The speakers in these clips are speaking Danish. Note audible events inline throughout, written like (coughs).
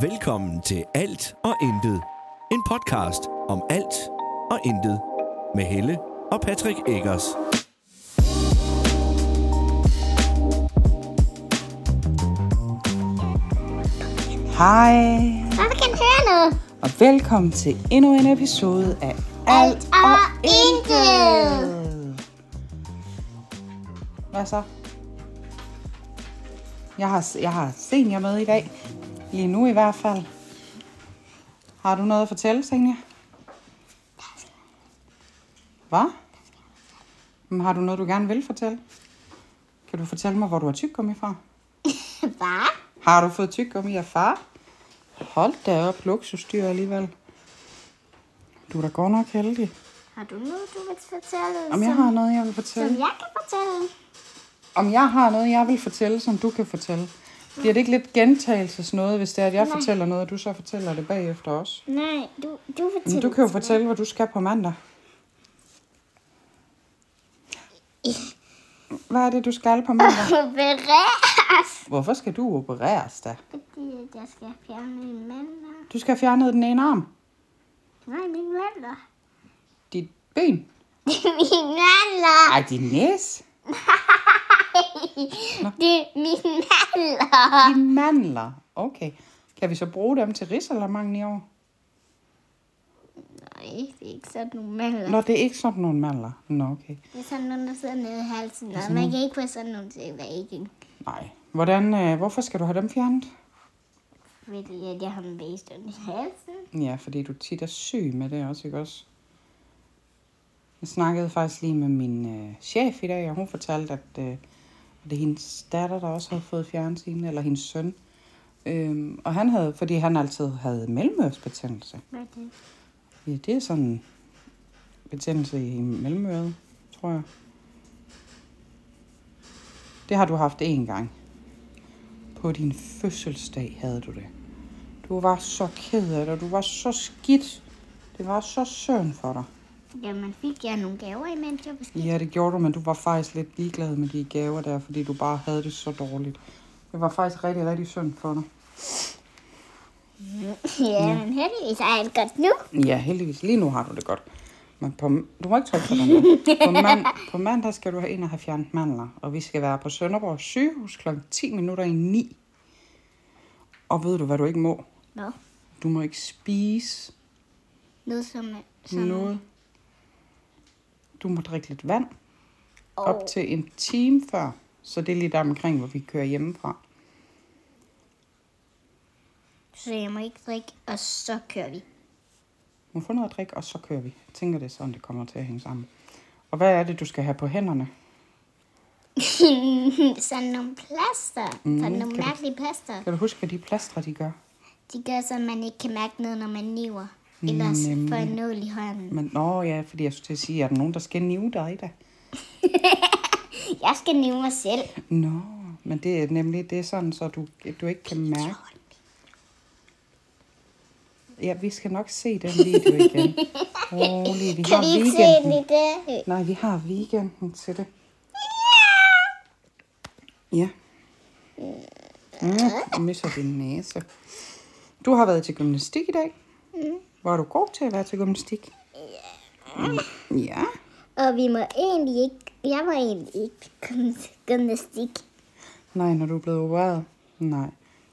Velkommen til Alt og Intet. En podcast om alt og intet. Med Helle og Patrick Eggers. Hej, Hvorfor kan den høre noget? og velkommen til endnu en episode af Alt og Intet. Hvad så? Jeg har, jeg har senior med i dag. Lige nu i hvert fald. Har du noget at fortælle, Senior? Hvad? Men har du noget, du gerne vil fortælle? Kan du fortælle mig, hvor du har tyggegummi fra? Hvad? Har du fået tyggegummi af far? Hold da op, luksusdyr alligevel. Du er da godt nok heldig. Har du noget, du vil fortælle? Om jeg som, har noget, jeg vil som fortælle? jeg kan fortælle? Om jeg har noget, jeg vil fortælle, som du kan fortælle? Bliver det ikke lidt gentagelsesnået, hvis det er, at jeg Nej. fortæller noget, og du så fortæller det bagefter også? Nej, du, du Men fortæller. du kan jo fortælle, hvad du skal på mandag. Hvad er det, du skal på mandag? Opereres! Hvorfor skal du opereres da? Fordi at jeg skal fjerne min mandler. Du skal have fjernet den ene arm. Nej, min mandler. Dit ben. Det er (laughs) min mandler. Ej, din næse. Det er min mandler. I mandler. Okay. Kan vi så bruge dem til risalamangen i år? Nej, det er ikke sådan nogle mandler. Nå, det er ikke sådan nogle mandler. Nå, okay. Det er sådan nogle, der sidder nede i halsen. Og man kan ikke få sådan nogle til væggen. Nej. Hvordan, øh, hvorfor skal du have dem fjernet? Fordi at jeg har en vægstund i halsen. Ja, fordi du tit er syg med det også, ikke også? Jeg snakkede faktisk lige med min øh, chef i dag, og hun fortalte, at øh, det er hendes datter, der også havde fået fjernet sine, eller hendes søn. Øhm, og han havde, fordi han altid havde mellemørsbetændelse. Hvad er det? Ja, det er sådan en betændelse i mellemøret, tror jeg. Det har du haft én gang. På din fødselsdag havde du det. Du var så ked af det, og du var så skidt. Det var så søn for dig. Jamen, fik jeg nogle gaver imens jeg var skidt? Ja, det gjorde du, men du var faktisk lidt ligeglad med de gaver der, fordi du bare havde det så dårligt. Det var faktisk rigtig, rigtig synd for dig. Ja, men heldigvis er jeg godt nu. Ja, heldigvis. Lige nu har du det godt. Men på, du må ikke trykke på den (laughs) der. På, mand, på mandag skal du have ind og have fjernet mandler. Og vi skal være på Sønderborg sygehus kl. 10 minutter i 9. Og ved du, hvad du ikke må? Nå, Du må ikke spise noget som... er- som Sådan. noget. Du må drikke lidt vand og, op til en time før. Så det er lige der omkring, hvor vi kører hjemmefra. Så jeg må ikke drikke, og så kører vi. Du må få noget at drikke, og så kører vi. Jeg tænker, det er sådan, det kommer til at hænge sammen. Og hvad er det, du skal have på hænderne? Hmm, sådan nogle plaster. Mhm, Mm, sådan nogle mærkelige plaster. Kan du huske, hvad de plastre, de gør? De gør, så man ikke kan mærke noget, når man niver. Ellers Mm, Nemlig. får jeg nål i hånden. Men nå ja, fordi jeg skulle til at sige, er der nogen, der skal nive dig da? Jeg skal nive mig selv. Nå, men det er nemlig det er sådan, så du, du ikke kan mærke. Ja, vi skal nok se den video igen. Rolig, vi Kan har vi ikke se den weekenden. i dag? Nej, vi har weekenden til det. Ja. Mm, og misser din næse. Du har været til gymnastik i dag. Mm. Var du god til at være til gymnastik? Ja. Ja. Og vi må egentlig ikke... Jeg må egentlig ikke komme til gymnastik. Nej, når du er blevet opereret? Nej.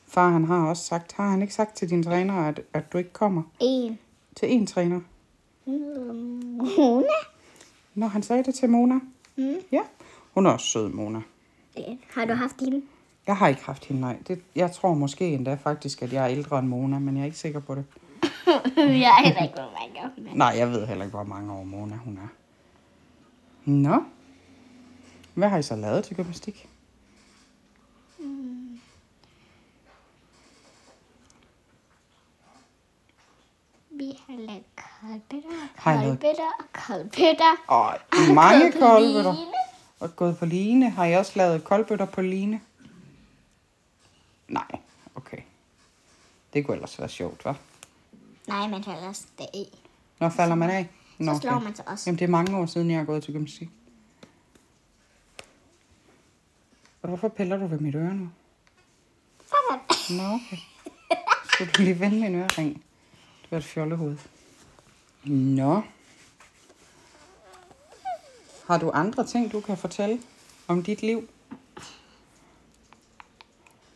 Far, han har også sagt, har han ikke sagt til din træner, at, at du ikke kommer En. til én træner? Mona? Når han sagde det til Mona? Mm. Ja, hun er også sød, Mona. Øh, Har du haft hende? Jeg har ikke haft hende, nej. Det, jeg tror måske endda faktisk, at jeg er ældre end Mona, men jeg er ikke sikker på det. Mm. jeg er heller ikke, hvor man gør. Men... Nej, jeg ved heller ikke, hvor mange år Mona hun er. Nå. Hvad har I så lavet til gymnastik? Vi har lavet kolbetter, og Har I lavet- kolbetter og kolbetter. Og (laughs) mange Gået på kolbøtter. line. Og gået på line. Har jeg også lavet koldbøtter på line? Nej, okay. Det kunne ellers være sjovt, hva'? Nej, man falder også det i. Når falder man af? Nå, Så slår man sig også. Jamen, det er mange år siden, jeg har gået til gymnastik. Og hvorfor piller du ved mit øre nu? Sådan. Nå, okay. Skulle du lige vende min ørering? Det var et fjollehoved. Nå. Har du andre ting, du kan fortælle om dit liv?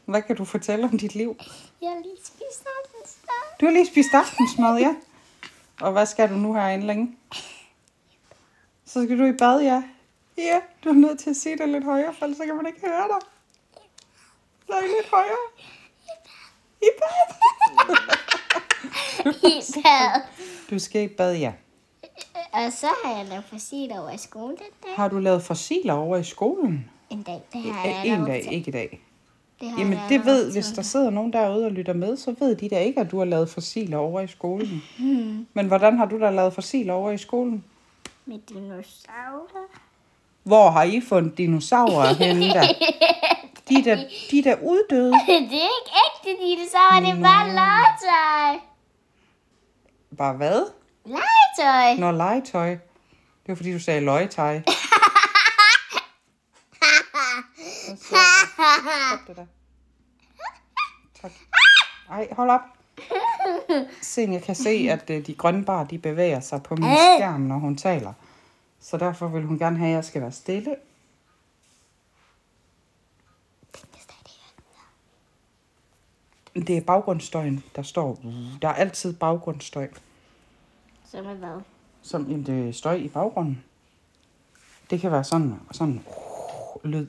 Hvad kan du fortælle om dit liv? Jeg har lige spist aftensmad. Du har lige spist aftensmad, ja. Og hvad skal du nu herinde længe? Så skal du i bad, ja. Ja, du er nødt til at sige det lidt højere, for ellers så kan man ikke høre dig. Lag lidt højere. I bad. I (laughs) bad. Du skal i bad, ja. Og så har jeg lavet fossil over i skolen den dag. Har du lavet fossiler over i skolen? En dag, det har jeg Ja, en lavet dag, til- ikke i dag. Det har Jamen, jeg det lavet ved, til- hvis der sidder nogen derude og lytter med, så ved de da ikke, at du har lavet fossiler over i skolen. Hmm. Men hvordan har du da lavet fossiler over i skolen? Med dinosaurer. Hvor har I fundet dinosaurer henne der? De er da, de er da uddøde. (laughs) det er ikke ægte dinosaurer, det er bare legetøj. Bare hvad? Legetøj. Nå, legetøj. Det var fordi, du sagde løgetøj. Så Stop det der. Tak. Ej, hold op. Sen, jeg kan se, at øh, de grønne bar, de bevæger sig på min skærm, når hun taler. Så derfor vil hun gerne have, at jeg skal være stille. Det er baggrundsstøjen, der står. Der er altid baggrundsstøj. Så med hvad? Som jamen, det er øh, støj i baggrunden. Det kan være sådan, sådan uh, lyd.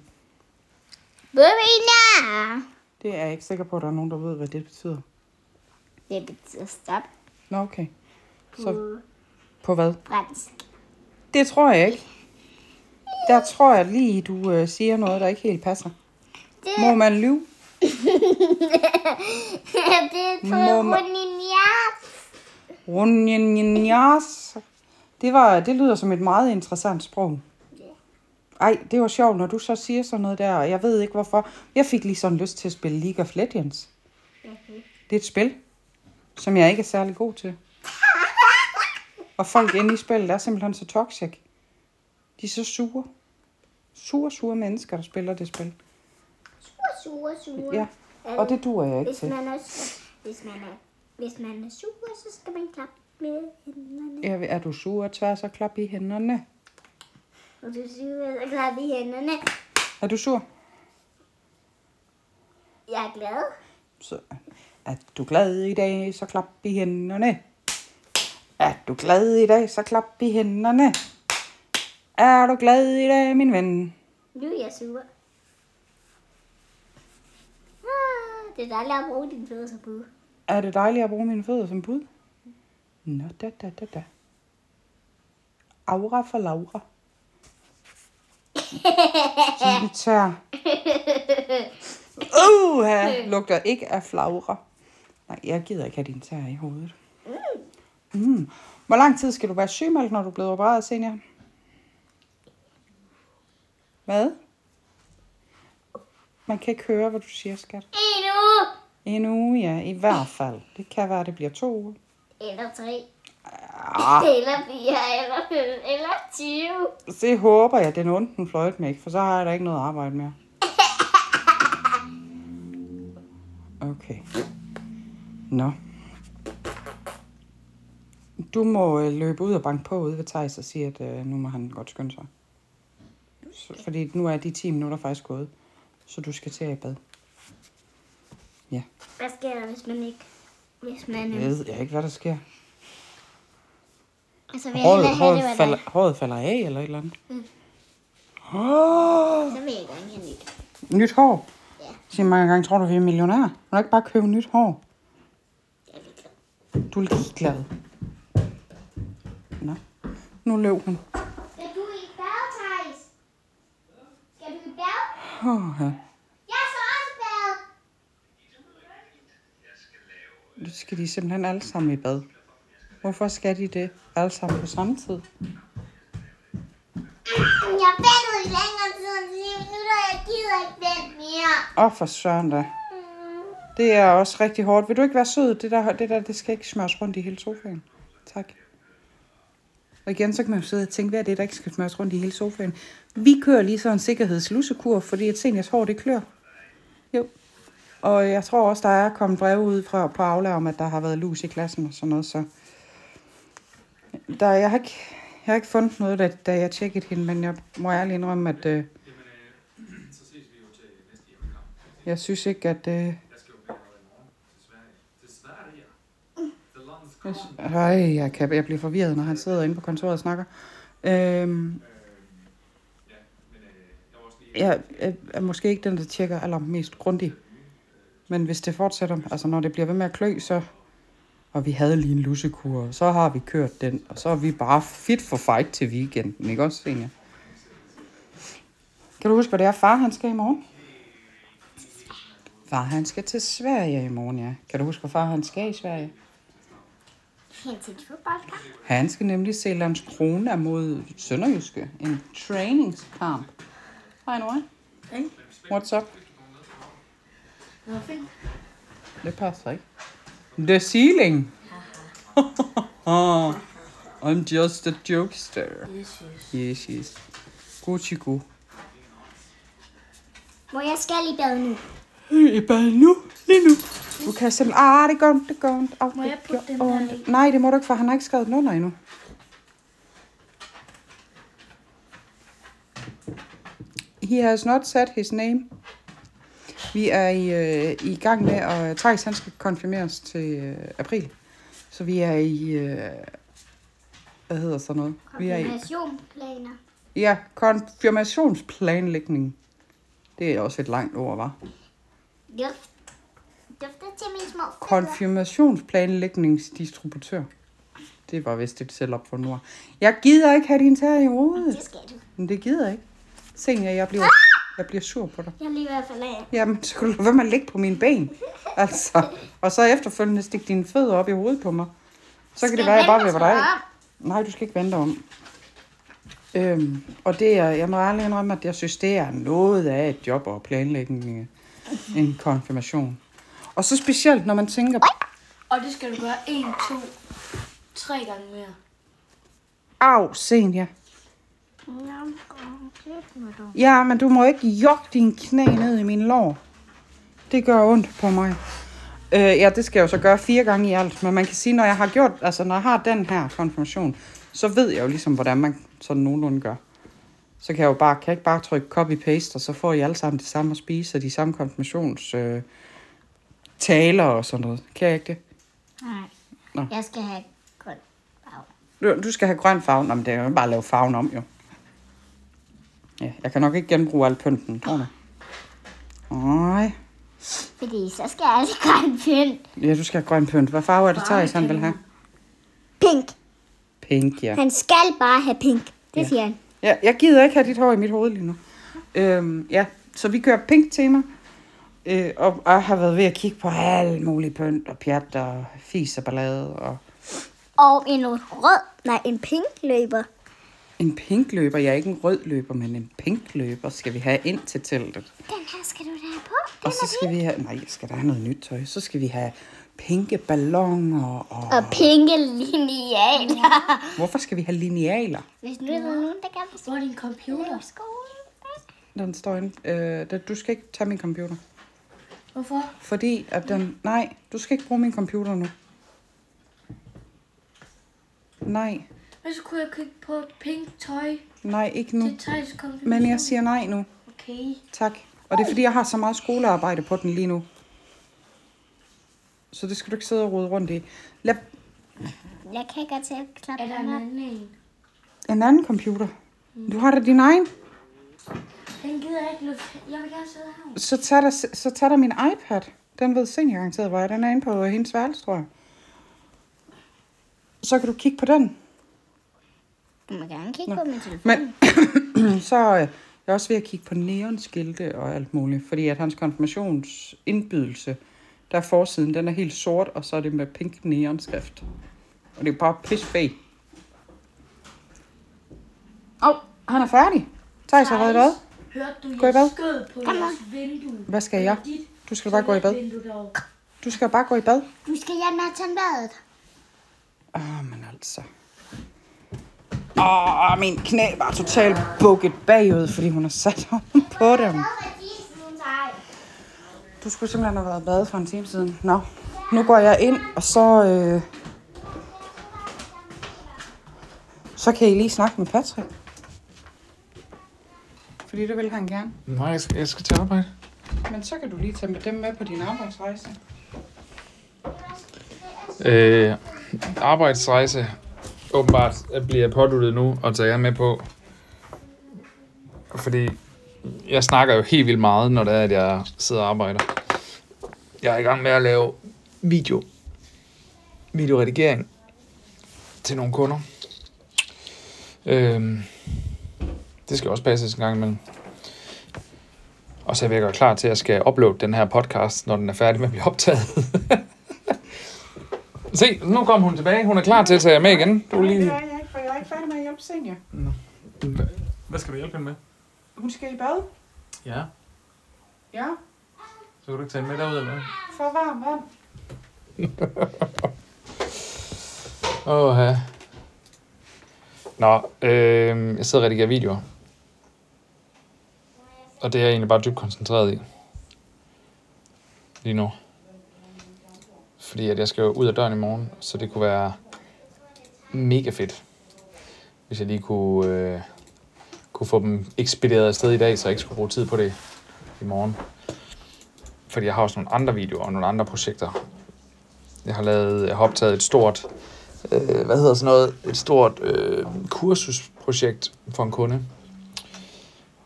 Burina! Det er jeg ikke sikker på, at der er nogen, der ved, hvad det betyder. Det betyder stop Nå, okay. Så på på hvad? fransk. Det tror jeg ikke. Der tror jeg lige, du øh, siger noget, der ikke helt passer. Det, Må man lyve? (laughs) det er Må på man- Runinias. Runjenjenjas. Det, var, det lyder som et meget interessant sprog. Ej, det var sjovt, når du så siger sådan noget der, og jeg ved ikke hvorfor. Jeg fik lige sådan lyst til at spille League of Legends. Det er et spil, som jeg ikke er særlig god (laughs) til. Og folk inde i spillet er simpelthen så toxic. De er så sure. Sure, sure mennesker, der spiller det spil. Sure, sure, sure. Ja, og det duer jeg ikke Hvis til. man er, sur- hvis man er, hvis man er sur, så skal man klappe med hænderne. Ja, Er du sur og tvær, så klap i hænderne. Og du sur, så klappe i hænderne. Er du sur? Jeg er glad. Så er du glad i dag, så klap i hænderne. Er du glad i dag, så klap i hænderne. Er du glad i dag, min ven? Nu er jeg sur. Ah, det er dejligt at bruge dine fødder som bud. Er det dejligt at bruge mine fødder som bud? Nå, da, da, da, da. Aura for Laura. Sådan tør. Uh, lugter ikke af flagre. Nej, jeg gider ikke have din tær i hovedet. Mm. Hvor lang tid skal du være sygemeldt, når du er blevet opereret, senior? Hvad? Man kan ikke høre, hvad du siger, skat. En uge! En uge, ja, i hvert fald. Det kan være, det bliver to uger. Eller tre. Ah, Eller fire. Eller fem. Eller tyve. det håber jeg, den ondt den fløjt med, ikke? for så har jeg da ikke noget arbejde mere. Okay. Nå. Du må øh, løbe ud og banke på ude ved Thijs og sige, at øh, nu må han godt skynde sig. Så, fordi nu er de 10 minutter faktisk gået, så du skal til at i bad. Hvad sker der, hvis man ikke... Hvis man... øh, Jeg ved jeg ikke, hvad der sker. Altså, vil jeg Håret, hellere have, håret, det var Mm. falder, dig. håret falder af eller et eller andet. Åh! Så vil jeg gerne have nyt. Nyt hår? Ja. Sig mange gange, tror du, vi er millionærer? Må du ikke bare købe nyt hår? Jeg er ligeglad. Du er ligeglad. Nå. Nu løb hun. Skal du i bad, Thijs? Skal du i bad? Åh, ja. Jeg skal også i bad. Nu skal de simpelthen alle sammen i bad. Hvorfor skal de det alle sammen på samme tid? Jeg ventede i længere tid end lige nu, da jeg gider ikke vente mere. Åh, for søren da. Det er også rigtig hårdt. Vil du ikke være sød? Det der, det der det skal ikke smøres rundt i hele sofaen. Tak. Og igen, så kan man jo sidde og tænke, hvad er det, der ikke skal smøres rundt i hele sofaen? Vi kører lige sådan en sikkerhedslussekur, fordi at seniors hår, det klør. Jo. Og jeg tror også, der er kommet breve ud fra på Aula om, at der har været lus i klassen og sådan noget, så... Der, jeg, har ikke, jeg har ikke fundet noget, da, da jeg tjekkede hende, men jeg må ærligt indrømme, at... Øh, jeg synes ikke, at... Øh, jeg, sy- Ej, jeg, kan, jeg bliver forvirret, når han sidder inde på kontoret og snakker. Øhm, jeg, jeg er øh, måske ikke den, der tjekker allermest grundigt. Men hvis det fortsætter, altså når det bliver ved med at klø, så... Og vi havde lige en lussekur, og så har vi kørt den, og så er vi bare fit for fight til weekenden, ikke også, Senja? Kan du huske, hvad det er, far han skal i morgen? Far han skal til Sverige i morgen, ja. Kan du huske, hvor far han skal i Sverige? Hen til et fodboldkamp. Han skal nemlig se Landskrona mod Sønderjyske. En træningskamp. Hej, Nora. Hej. What's up? Nothing. Det passer ikke. The (laughs) ceiling. (laughs) I'm just a jokester. Yes, yes. Yes, yes. Gucci gu. Hvor jeg skal i bad nu. I bad Øh, nu. Lige nu. Du kan simpelthen... Ah, det går ondt, det går ondt. Oh, Må jeg putte den her i? Nej, det må du ikke, for han har ikke skrevet den under endnu. He has not said his name. Vi er i, øh, i gang med, og Thijs han skal konfirmeres til øh, april. Så vi er i... Øh, hvad hedder sådan noget? Vi er i, Konfirmationplaner. Ja, konfirmationsplanlægning. Det er også et langt ord, var. Duft. Dufter til mine små fødder. Konfirmationsplanlægningsdistributør. Det var vist et selv op for nord. Jeg gider ikke have din tær i hovedet. Det skal du. Men det gider jeg ikke. Senere, jeg bliver, jeg bliver sur på dig. Jeg er lige ved at falde af. Jamen, så kan du lade være med at ligge på mine ben. Altså, og så efterfølgende stikke dine fødder op i hovedet på mig. Så kan det Skal være, jeg bare vende vil mig dig. sådan Nej, du skal ikke vente om. Øhm, og det er, jeg må ærligt indrømme, at jeg synes, det er noget af et job at planlægge en, øh, en konfirmation. Og så specielt, når man tænker på, Og det skal du gøre 1, 2, 3 gange mere. Au, Senja. Jeg går med dig. Ja, men du må ikke jokke din knæ ned i min lår. Det gør ondt på mig. Øh, ja, det skal jeg jo så gøre fire gange i alt. Men man kan sige, når jeg har gjort, altså når jeg har den her konfirmation, så ved jeg jo ligesom, hvordan man sådan nogenlunde gør. Så kan jeg jo bare, kan jeg ikke bare trykke copy-paste, og så får I alle sammen det samme at spise, og de samme konfirmations øh, taler og sådan noget. Kan jeg ikke det? Nej. Nå. Jeg skal have grøn bag. Du, du skal have grøn farve. Nå, men det er jo bare at lave farven om, jo. Ja, jeg kan nok ikke genbruge al pynten, tror du? Nej. Fordi så skal jeg altså grøn pynt. Ja, du skal have grøn pynt. Hvad farve er det, Bare Thijs han pink. vil have? Pink. Pink, ja. Han skal bare have pink. Det Ja. siger han. ja. Jeg gider ikke have dit hår i mit hoved lige nu. Øhm, ja, så vi kører pink tema. Øh, og jeg har været ved at kigge på alt muligt pynt og pjat og fis og ballade. Og Og en rød, nej, en pink løber. en pink løber. Jeg er ikke en rød løber, men en pink løber skal vi have ind til teltet. Den her skal du da have på. Den Og så er skal vi have, nej, jeg skal der have noget nyt tøj. Så skal vi have pinke balloner, og Og pinke (laughs) linealer. hvorfor skal vi have linealer? Hvis nu er der nogen, der gerne vil Hvor er din computer? spille skole. Den står inde. Øh, den- du skal ikke tage min computer. Hvorfor? Fordi at den, nej, du skal ikke bruge min computer nu. Nej, Men så kunne jeg kigge på et pink tøj nej, ikke nu. til Thijs konfirmation. Men jeg siger nej nu. Okay. Tak. Og det er fordi, jeg har så meget skolearbejde på den lige nu. Så det skal du ikke sidde og rode rundt i. Lad Jeg kan godt se, at klappe Er der en anden en? en anden computer. Du har da din egen. Den gider jeg ikke løfte. Jeg vil gerne sidde her. Så tag der, så tag der min iPad. Den ved senior garanteret, hvor jeg er. Den er inde på hendes værelse, tror jeg. Så kan du kigge på den. Du må gerne kigge på min telefon. Men (coughs) så øh, jeg er jeg også ved at kigge på neonskilte og alt muligt. Fordi at hans konfirmationsindbydelse, der er forsiden, den er helt sort, og så er det med pink neonskrift. Og det er bare pis fag. Åh, oh, han er færdig. Thijs har været i bad. Hørte du, Gå i bad. jeg skød på jeres vindue? Hvad skal jeg? Det er dit Du skal bare gå i bad. vindue derovre. Du skal bare gå i bad. Nu skal jeg med tandbadet. Åh, oh, men altså. Åh, oh, min knæ var totalt bukket bagud, fordi hun har sat ham på dem. Hvad var disen, hun sagde? Du skulle simpelthen have været badet for en time siden. Nå, nu går jeg ind, og så... Øh, så kan I lige snakke med Patrick. Fordi det vil han gerne. Nej, jeg skal, jeg skal til arbejde. Men så kan du lige tage med dem med på din arbejdsrejse. Øh, arbejdsrejse åbenbart bliver påduttet nu og tager jeg med på. Fordi jeg snakker jo helt vildt meget, når det er, at jeg sidder og arbejder. Jeg er i gang med at lave video. Videoredigering til nogle kunder. Øhm, det skal også passes en gang imellem. Og så er jeg klar til, at jeg skal uploade den her podcast, når den er færdig med at blive optaget. (laughs) Se, nu kom hun tilbage. Hun er klar til at tage jer med igen. Du er Nej, det lige... er jeg ikke, for jeg er ikke færdig med at hjælpe senior. Hvad skal vi hjælpe hende med? Hun skal i bad. Ja, Ja, så kan du ikke tage hende med derud eller for varm vand. Åh, ja. Nå, øh, jeg sidder og redigerer videoer. Og det er jeg egentlig bare dybt koncentreret i. Lige nu. Fordi at jeg skal jo ud af døren i morgen, så det kunne være mega fedt. Hvis jeg lige kunne, øh, kunne få dem ekspederet afsted i dag, så jeg ikke skulle bruge tid på det i morgen. Fordi jeg har også nogle andre videoer og nogle andre projekter. Jeg har, lavet, jeg har optaget et stort øh, hvad hedder sådan noget, et stort øh, kursusprojekt for en kunde.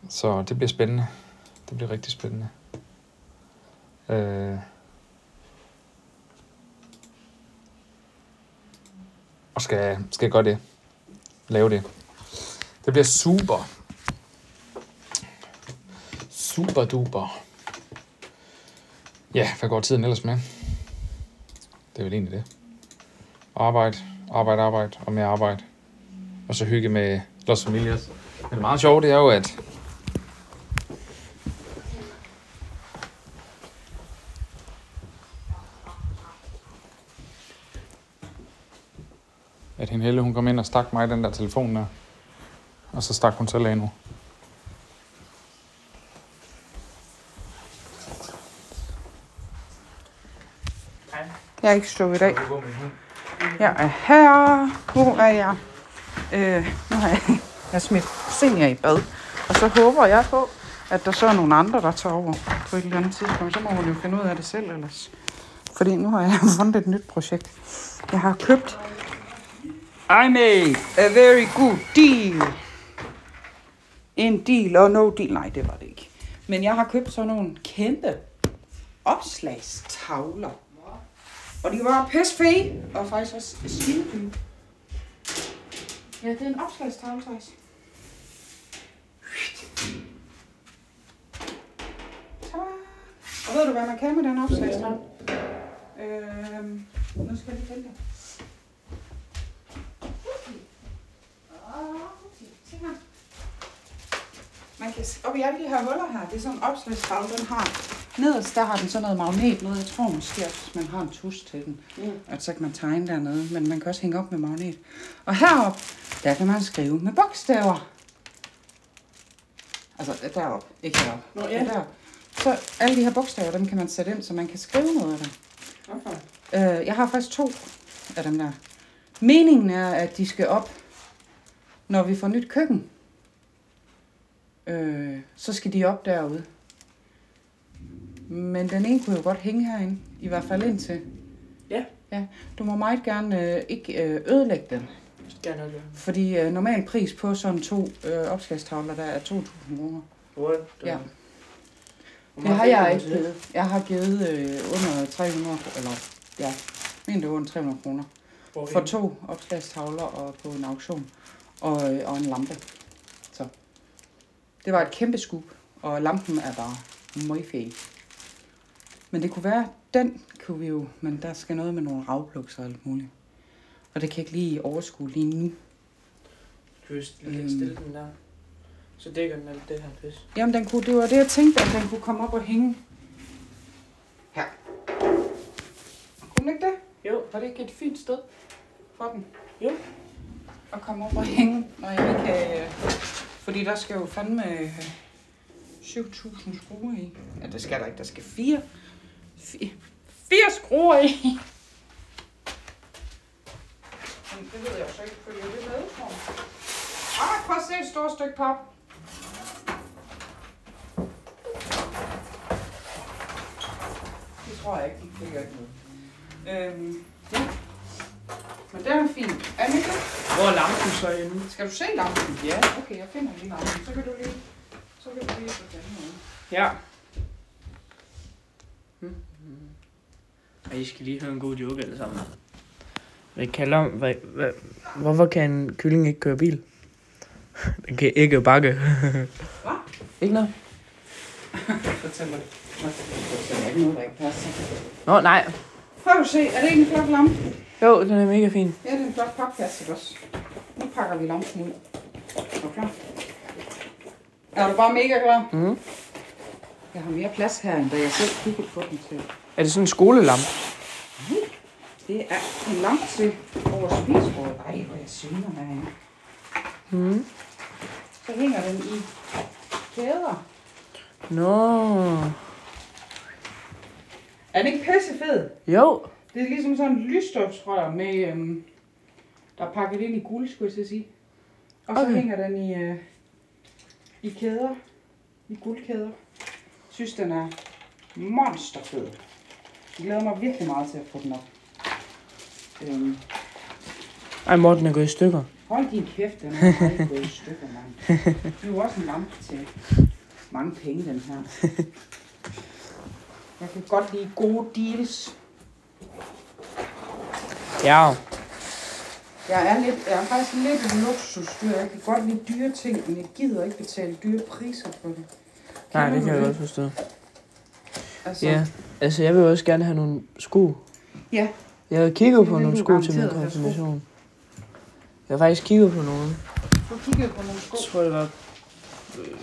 Så det bliver spændende. Det bliver rigtig spændende. Øh. Og skal, skal jeg gøre det. Lave det. Det bliver super. Super duper. Ja, hvad går tiden ellers med? Det er vel egentlig det arbejde, arbejde, arbejde og mere arbejde. Og så hygge med Los Familias. Men det meget sjove, det er jo, at at hende Helle, hun kom ind og stak mig i den der telefon der. Og så stak hun selv af nu. Jeg er ikke stået i dag. Jeg er her. Hvor er jeg? Øh, nu har jeg, (laughs) jeg har smidt senior i bad. Og så håber jeg på, at der så er nogle andre, der tager over på et eller andet tidspunkt. Så må hun jo finde ud af det selv ellers. Fordi nu har jeg (laughs) fundet et nyt projekt. Jeg har købt... I made a very good deal. En deal og no deal. Nej, det var det ikke. Men jeg har købt sådan nogle kæmpe opslagstavler. Og de var pisse fede, og faktisk også svindyre. Ja, det er en opslagstavle, faktisk. Tada! Og ved du, hvad man kan med den opslagstavle? Øhm, nu skal jeg lige vente. Se her. Man kan se, op i alle de her huller her, det er sådan en opslagstavle, den har. Nederst, der har den sådan noget magnet noget. Jeg tror måske, at man har en tus til den. Mm. At så kan man tegne dernede, men man kan også hænge op med magnet. Og herop, der kan man skrive med bogstaver. Altså derop, ikke herop. Nå, ja. derop. Så alle de her bogstaver, dem kan man sætte ind, så man kan skrive noget af dem. Okay. Øh, jeg har faktisk to af dem der. Meningen er, at de skal op, når vi får nyt køkken. Øh, så skal de op derude. Men den ene kunne jo godt hænge herinde, i hvert fald indtil. Ja. ja. Du må meget gerne øh, ikke øh, ødelægge den, Ja, nok, ja. fordi øh, normal pris på sådan to øh, opslagstavler, der er 2.000 kroner. What? Ja. Det har jeg ikke givet. Jeg har givet øh, under 300 kr- eller ja, jeg mener det var under 300 kroner. For to opslagstavler og på en auktion og, øh, og en lampe. Så. Det var et kæmpe skub, og lampen er bare meget fed. Men det kunne være, den kunne vi jo, men der skal noget med nogle ravplukser og alt muligt. Og det kan jeg ikke lige overskue lige nu. Du kan lægge stille den der. Så dækker den alt det her pis. Jamen, den kunne, det var det, jeg tænkte, at den kunne komme op og hænge. Her. Kunne den ikke det? Jo. Var det ikke et fint sted for den? Jo. At komme op og hænge, når jeg ikke kan... Øh, fordi der skal jo fandme øh, 7.000 skruer i. Ja, det skal der ikke. Der skal fire. Fi- 80 skruer i. Men det ved jeg jo så ikke, fordi det er med. Ah, prøv at se et stort stykke pap. Det tror jeg ikke, det gør ikke noget. Øhm, ja. Men det er fint. Er den ikke det? Hvor er lampen så henne? Skal du se lampen? Ja. Okay, jeg finder lige lampen. Så kan du lige... Så kan du lige få den her. Ja. Hmm. Og I skal lige høre en god joke alle sammen. Hvad kalder... Hvad, hvad, hvorfor kan en kylling ikke køre bil? (laughs) Den kan ikke bakke. Hvad? Ikke noget. Fortæl mig. Fortæl mig ikke noget, der ikke passer. Nå, nej. Prøv at se, er det ikke en flot lampe? Jo, den er mega fin. Ja, det er en flot papkasse ikke også. Nu pakker vi lampen ud. Er du klar? Er du bare mega klar? Mhm. Jeg har mere plads her, end da jeg selv kiggede på den til. Er det sådan en skolelampe? Det er en lampe til over spisebordet. Ej, hvor jeg syner herinde. Mhm. Så hænger den i kæder. Nå. Er den ikke pissefed? Jo. Det er ligesom sådan en lysstofsrør med, øhm, der er pakket ind i guld, skulle jeg til at sige. Og så Okay. okay. hænger den i, øh, i kæder, i guldkæder. Jeg synes, den er monsterfed. Jeg glæder mig virkelig meget til at få den op. Øhm, Ej, Morten er gået i stykker. hold din kæft, (laughs) den er meget gået i stykker, mand. Det er jo også en lampe til mange penge, den her. Jeg kan godt lide gode deals. Ja. Jeg er, lidt, jeg er faktisk lidt et luksusdyr. Jeg kan godt lide dyre ting, men jeg gider ikke betale dyre priser for det. Kender Nej, det du kan jeg godt forstå. Altså, Ja. Altså, jeg vil også gerne have nogle sko. Ja. Jeg havde kigget Det på vil nogle du sko til min garanteret have sko. konfirmation. Jeg har faktisk kigget på nogle. Du kiggede på nogle sko. Jeg tror, det var... øh,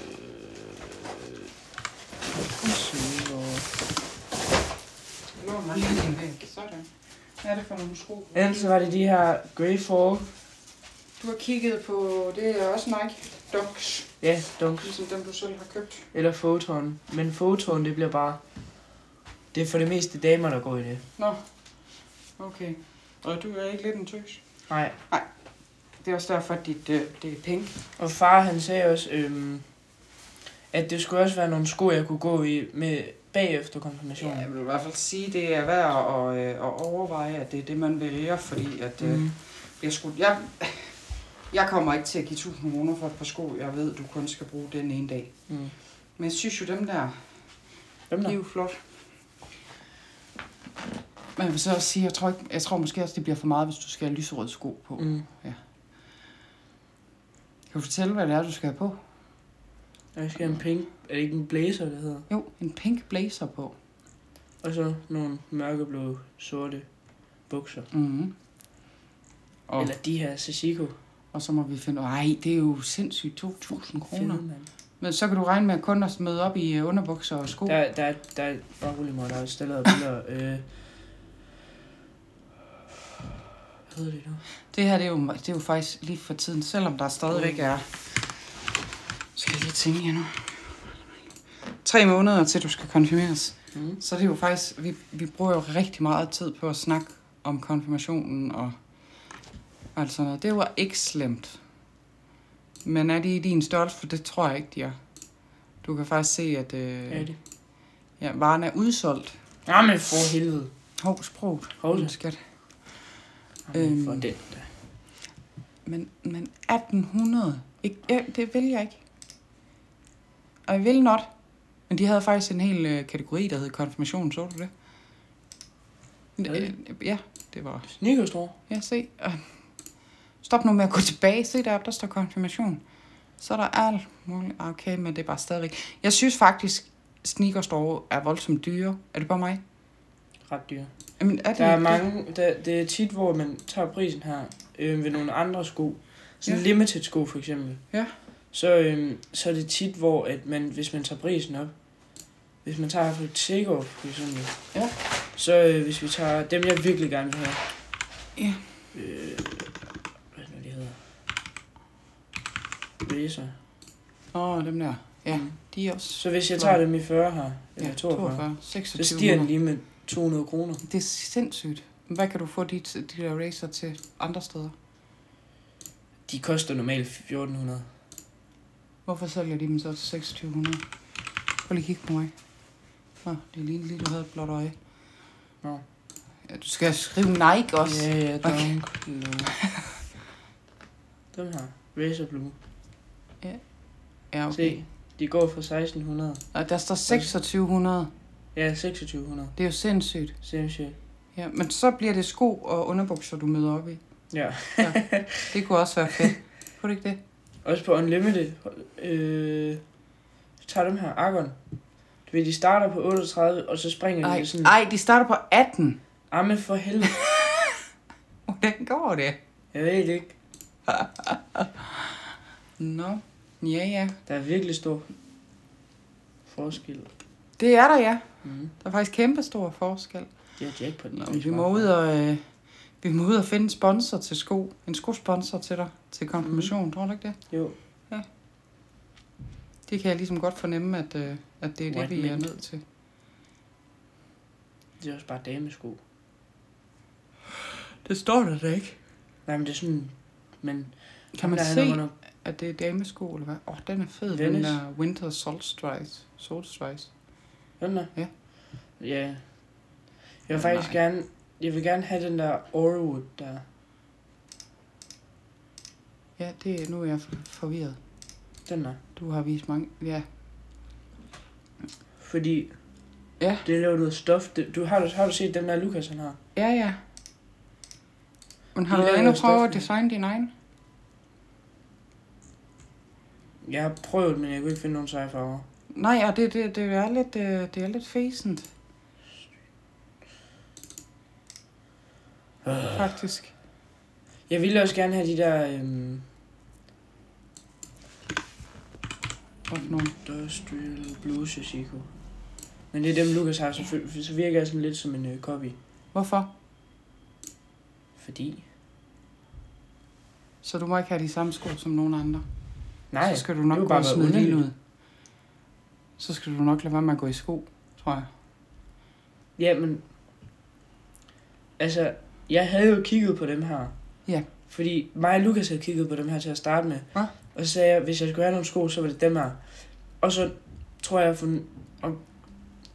Lå mig lige i væk. Sådan. Hvad er det for nogle sko? Enten så var det de her Grey Fall. Du har kigget på, det er også Nike Dunks, Ja, dunk. ligesom dem du selv har købt. Eller Photon. Men Photon, det bliver bare... Det er for det meste damer, der går i det. Nå, okay. Og du er ikke lidt en tøs? Nej. Det er også derfor, at dit, øh, det er pink. Og far, han sagde også, øhm, at det skulle også være nogle sko, jeg kunne gå i med bagefter konfirmationen. jeg vil i hvert fald sige, det er værd at, øh, at overveje, at det er det, man vælger, fordi at... øh, Mm. Jeg, skulle, jeg, jeg kommer ikke til at give 1000 kroner for et par sko, jeg ved, du kun skal bruge den ene dag. Mm. Men jeg synes jo, dem der, Dem de er der. jo flot. Men jeg vil så også sige, jeg tror, ikke, jeg tror måske også, det bliver for meget, hvis du skal have lyserøde sko på. Mm. Mm. Kan du fortælle, hvad det er, du skal have på? Jeg skal have en pink, er det ikke en blazer, det hedder? Jo, en pink blazer på. Og så nogle mørkeblå, sorte bukser. Mm-hmm. Oh. Og, Eller de her Sashiko. og så må vi finde ud Ej, det er jo sindssygt 2000 kroner. Fede, mand. Men så kan du regne med, at kunder møder op i øh, underbukser og sko. Der, der, der, bare rolig mor, der er stillet billeder. Øh, hvad hedder det nu? Det her det er, jo, det er jo faktisk lige for tiden, selvom der stadigvæk er... Skal jeg lige tænke her nu? Tre måneder til, du skal konfirmeres. Mm. Så det er jo faktisk... Vi, vi bruger jo rigtig meget tid på at snakke om konfirmationen og, og alt sådan noget. Det var ikke slemt. Men er de i din størrelse? For det tror jeg ikke, de er. Du kan faktisk se, at Hvad er øh, det? ja, varen er udsolgt. Jamen for helvede. Hov, sproget. Hov da. skat. Jamen, Øhm. for den da. Men, men 1800? Ikke, ja, det vil jeg ikke. Og jeg vil not. Men de havde faktisk en hel øh, kategori, der hed konfirmation. Så du det? Havde Øh, Ja, det var... Snickers, tror Ja, se. Øh, Stop nu med at gå tilbage. Se deroppe, der står konfirmation. Så er der alt muligt. Ah, Okay, men det er bare stadigvæk... Jeg synes faktisk, sneakers derovre er voldsomt dyre. Er det bare mig? Ret dyr. Jamen, er det Der er ikke det? mange, der, det er tit, hvor man tager prisen her øh, ved nogle andre sko. Sådan Ja. ja. limited sko for eksempel. Ja. Så, øh, så er det tit, hvor at man, hvis man tager prisen op, hvis man tager for et takeoff for eksempel, Ja. så øh, hvis vi tager dem, jeg virkelig gerne vil have. Ja. Øh, hvad er det nu, de hedder? Blazer. Åh, oh, dem der. Ja, de er også... Så hvis jeg tager dem i 40 her, eller Ja, 42, 42, så stiger 26. den lige med 200 kroner. Det er sindssygt. Hvad kan du få de, de der racer til andre steder? De koster normalt 1400. Hvorfor sælger de dem så til 2600? Prøv lige at kigge på mig. Nå, det er lige, lige du havde et blåt øje. Nå. Ja, du skal skrive Nike også. Ja, ja, Okay. dunk. Okay. Dem her. Razor Blue. Ja, Se, de går for 1600. Og der står 2600. Ja, 2600. Det er jo sindssygt. Sindssygt. Ja, men så bliver det sko og underbukser, du møder op i. Ja. Det kunne også være fedt. Kunne det ikke det? Også på Unlimited. Øh, så tager dem her, Argon. Du ved, de starter på 38, og så springer Ej, de sådan. ej, de starter på 18. Amme for helvede. Hvordan går det? Jeg ved det ikke. Nå, ja ja. Der er virkelig stor forskel. Det er der, ja. Mm. Der er faktisk kæmpe stor forskel. Det er jackpot. Nå, men vi må ud og... Øh, vi må ud og finde en sponsor til sko. En skosponsor til dig. Til konfirmation, mm. tror du ikke det? Jo. Det kan jeg ligesom godt fornemme, at, øh, at det er det, White vi er men. nødt til. Det er også bare damesko. Det står der da ikke. Nej, men det er sådan... Men Kan man der er se, nogle- at det er damesko, eller hvad? Åh, oh, den er fed, den Venice. der Winter Solstice. Solstice. Den der? Ja. Ja. Jeg vil Nej. faktisk gerne... Jeg vil gerne have den der Orwood der. Ja, det, nu er jeg for- forvirret. Den der. Du har vist mange... Ja, Fordi... Ja. Det er lavet noget stof. Det, du, har, du, har du set den der Lukas, han har? ja, ja. Men har De du laver været inde og jo prøve at stoffene. designe din egen? Jeg har prøvet, men jeg kunne ikke finde nogen seje farver. Nej, og det, det, det er lidt, øh, det er lidt fæsent. Faktisk. Jeg ville også gerne have de der... Øhm, Hvad for nogle? Industrial Blue Shishiko. Men det er dem, Lukas har, så, føl- så virker jeg sådan lidt som en øh, copy. Hvorfor? Fordi... Så du må ikke have de samme sko som nogen andre. Nej, så skal du det er nok jo gå bare og været smide din ud. underligt. Så skal du nok lade være med at gå i sko, tror jeg. Ja, men... Altså, jeg havde jo kigget på dem her. Ja. Fordi mig og Lukas havde kigget på dem her til at starte med. Ja. Og så sagde jeg, hvis jeg skulle have nogle sko, så var det dem her. Og så tror jeg, for en- om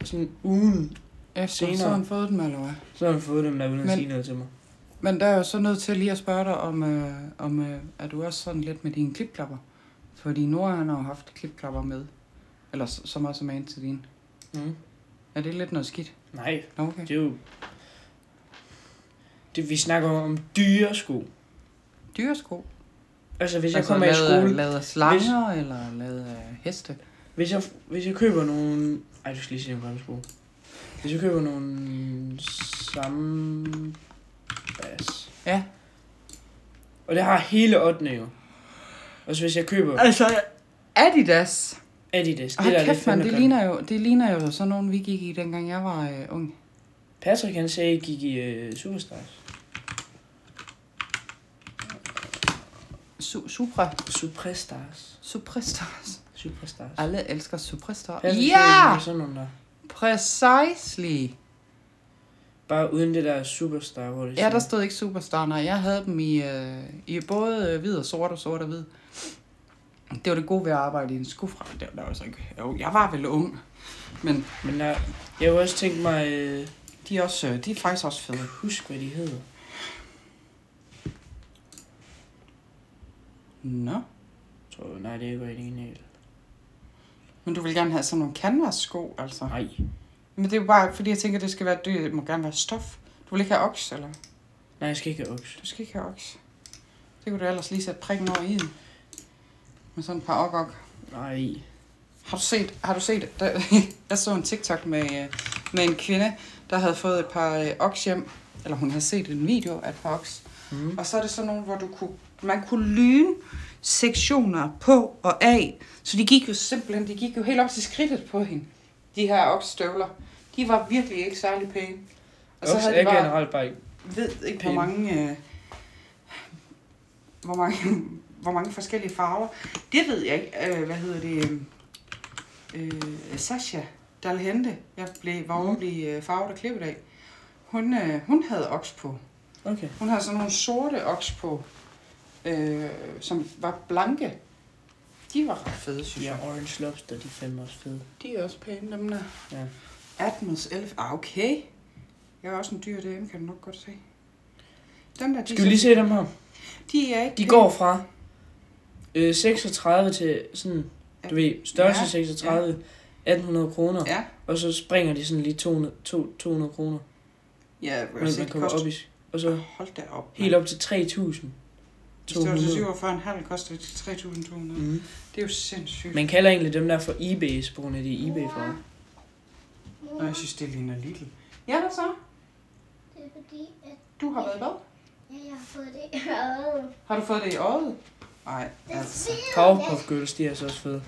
sådan ugen, Efter så Senere. har han fået dem, eller hvad? så har han fået dem der, uden at Men- sige noget til mig. Men der er jeg jo så nødt til lige at spørge dig, om, øh, om øh, er du også sådan lidt med dine klipklapper? Fordi Nora han har jo haft klipklapper med. Eller så, så meget som en til din. Mm. Er det lidt noget skidt? Nej, Nå, Okay. det er jo... Det, vi snakker om dyre sko. Dyresko? Altså, hvis jeg Altså kommer i lavet af- skole... Lavet af slanger, hvis... eller lavet af heste? Hvis jeg, hvis jeg køber nogle... Ej, du skal lige se nogle gamle sko. Hvis jeg køber nogle samme... Bas. Ja. Og det har hele 8. jo. Og så hvis jeg køber Altså, Adidas. Adidas, det der Ej, er lidt kæft, man, det fandme ligner, jo, det ligner jo sådan nogen, vi gik i, dengang jeg var øh, ung. grimt. Patrick, han sagde, at gik i uh, Superstars. Su- Supra. Suprestars. Suprastars. Superstars. Alle elsker Suprastars. Patrick sagde, Ja! at sådan nogle der. Precisely. Bare uden det der Superstar, hvor det Ja, der sådan- stod ikke Superstar, nej. Jeg havde dem i, øh, i både øh, hvid og sort og sort og hvid. Det var det gode ved at arbejde i en skofra. Det var der jo så ikke. Jo, jeg var vel ung. Men Men der, jeg har også tænkt mig... Uh, de er, også, øh, de er faktisk også fede. husk, hvad de hedder. Nå. Tror jeg, nej, det er ikke rigtig en hel. Men du vil gerne have sådan nogle canvas-sko, altså. Nej. Men det er jo bare, fordi jeg tænker, det skal være, det må gerne være stof. Du vil ikke have oks, eller? Nej, jeg skal ikke have oks. Du skal ikke have oks. Det kunne du ellers lige sætte prikken over i den. Med sådan et par ok, -ok. Nej. Har du set, har du set der, (laughs) jeg så en TikTok med, øh, med en kvinde, der havde fået et par øh, oks hjem, eller hun havde set en video af et par oks. Mm. Og så er det sådan nogle, hvor du kunne, man kunne lyne sektioner på og af, så de gik jo simpelthen, de gik jo helt op til skridtet på hende, de her oksstøvler. De var virkelig ikke særlig pæne. Og så Oks havde de er bare, generelt bare ikke. ved ikke, hvor Pæne. mange, øh, hvor mange, (laughs) hvor mange forskellige farver. Det ved jeg ikke. Øh, hvad hedder det? øhm, Mm. Øh, Sasha Dalhente. Jeg blev, var oven blive øh, farvet og klippet af. Hun, øh, hun havde oks på. Okay. Hun havde sådan nogle sorte oks på, øh, som var blanke. De var ret fede, synes Ja, jeg. Orange Lobster, de er fandme også fede. De er også pæne, dem der. Ja. Atmos 11. Ah, okay. Jeg er også en dyr dame, kan du nok godt se. Dem der, de, Skal vi lige se dem her? de er ikke De går fra øh, 36 til sådan, du ved, størrelse Ja, 36, 1800 kroner. Ja, Og så springer de sådan lige 200, to- 200 kroner, ja jeg vil mens se, man det kommer koster... op i... Og så Hold da op. helt op til 3000. Størrelse 200. 47,5 koster det 3.200. Mm. Mm. Det er jo sindssygt. Man kalder egentlig dem der for eBay's, på grund af de er eBay for. Nå, jeg synes, det ligner Lidl. Ja, hvad så? Det er fordi, at Du har været hvad? ja, jeg har fået det i øjet. Har du fået det i øjet? Nej, altså. Powerpuff Girls, de er så også fede.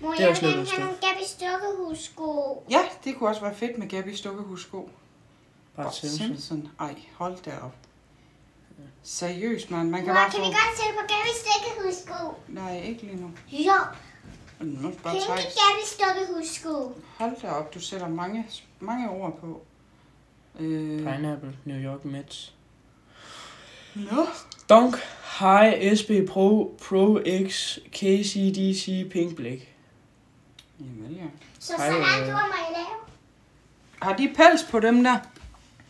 Mor, Det jeg er vil også noget, gerne der have nogle Gabby Stukkehus-sko. Ja, det kunne også være fedt med Gabby Stukkehussko. Bart Simpson. Ej, hold da op. Seriøst, mand. Man kan Mor, bare kan få... vi godt se på Gabby Stukkehus-sko? Nej, ikke lige nu. Jo, Nu er det bare pinke træs. Gabby Stukkehus-sko. Hold da op, du sætter mange, mange ord på. Øh, Pineapple, New York Mets. nå, Dunk, High, SB Pro, Pro X, KCDC, Pink Black. jamen ja. Så Ej, så langt øh. du mig lave. Har de pels på dem der?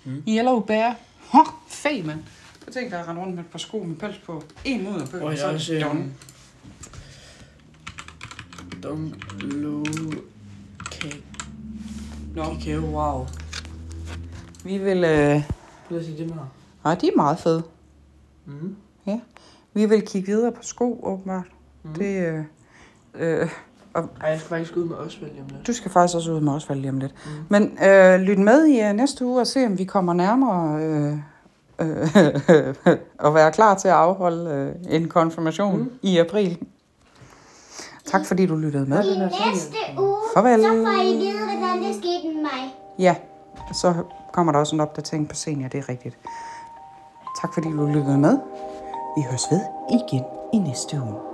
Hmm. Yellow bear. Hå, fed, mand. Jeg tænkte, at rende rundt med et par sko med pels på. En ud af bøgen, Og jeg så er øh, også... det done. Øhm, Dunk, Low, Cake, Nå, Cacao, wow. vi vil... Øh... Prøv at se dem her. Ej, de er meget fede. Mm. Ja. Vi vil kigge videre på sko, åbenbart. Mm. Det, øh, øh, Ej, jeg skal faktisk ud med Osvald lige om lidt. du skal faktisk også ud med Osvald lige om lidt. Mm. Men øh, lyt med i øh, næste uge og se, om vi kommer nærmere øh, (laughs) øh, og være klar til at afholde øh, en konfirmation mm. i april. Tak fordi du lyttede med. I næste uge, Farvel. så får I vide, hvordan det skete med mig. Ja, så kommer der også en opdatering på senior, det er rigtigt. Tak fordi du lyttede med. Vi høres ved igen i næste uge.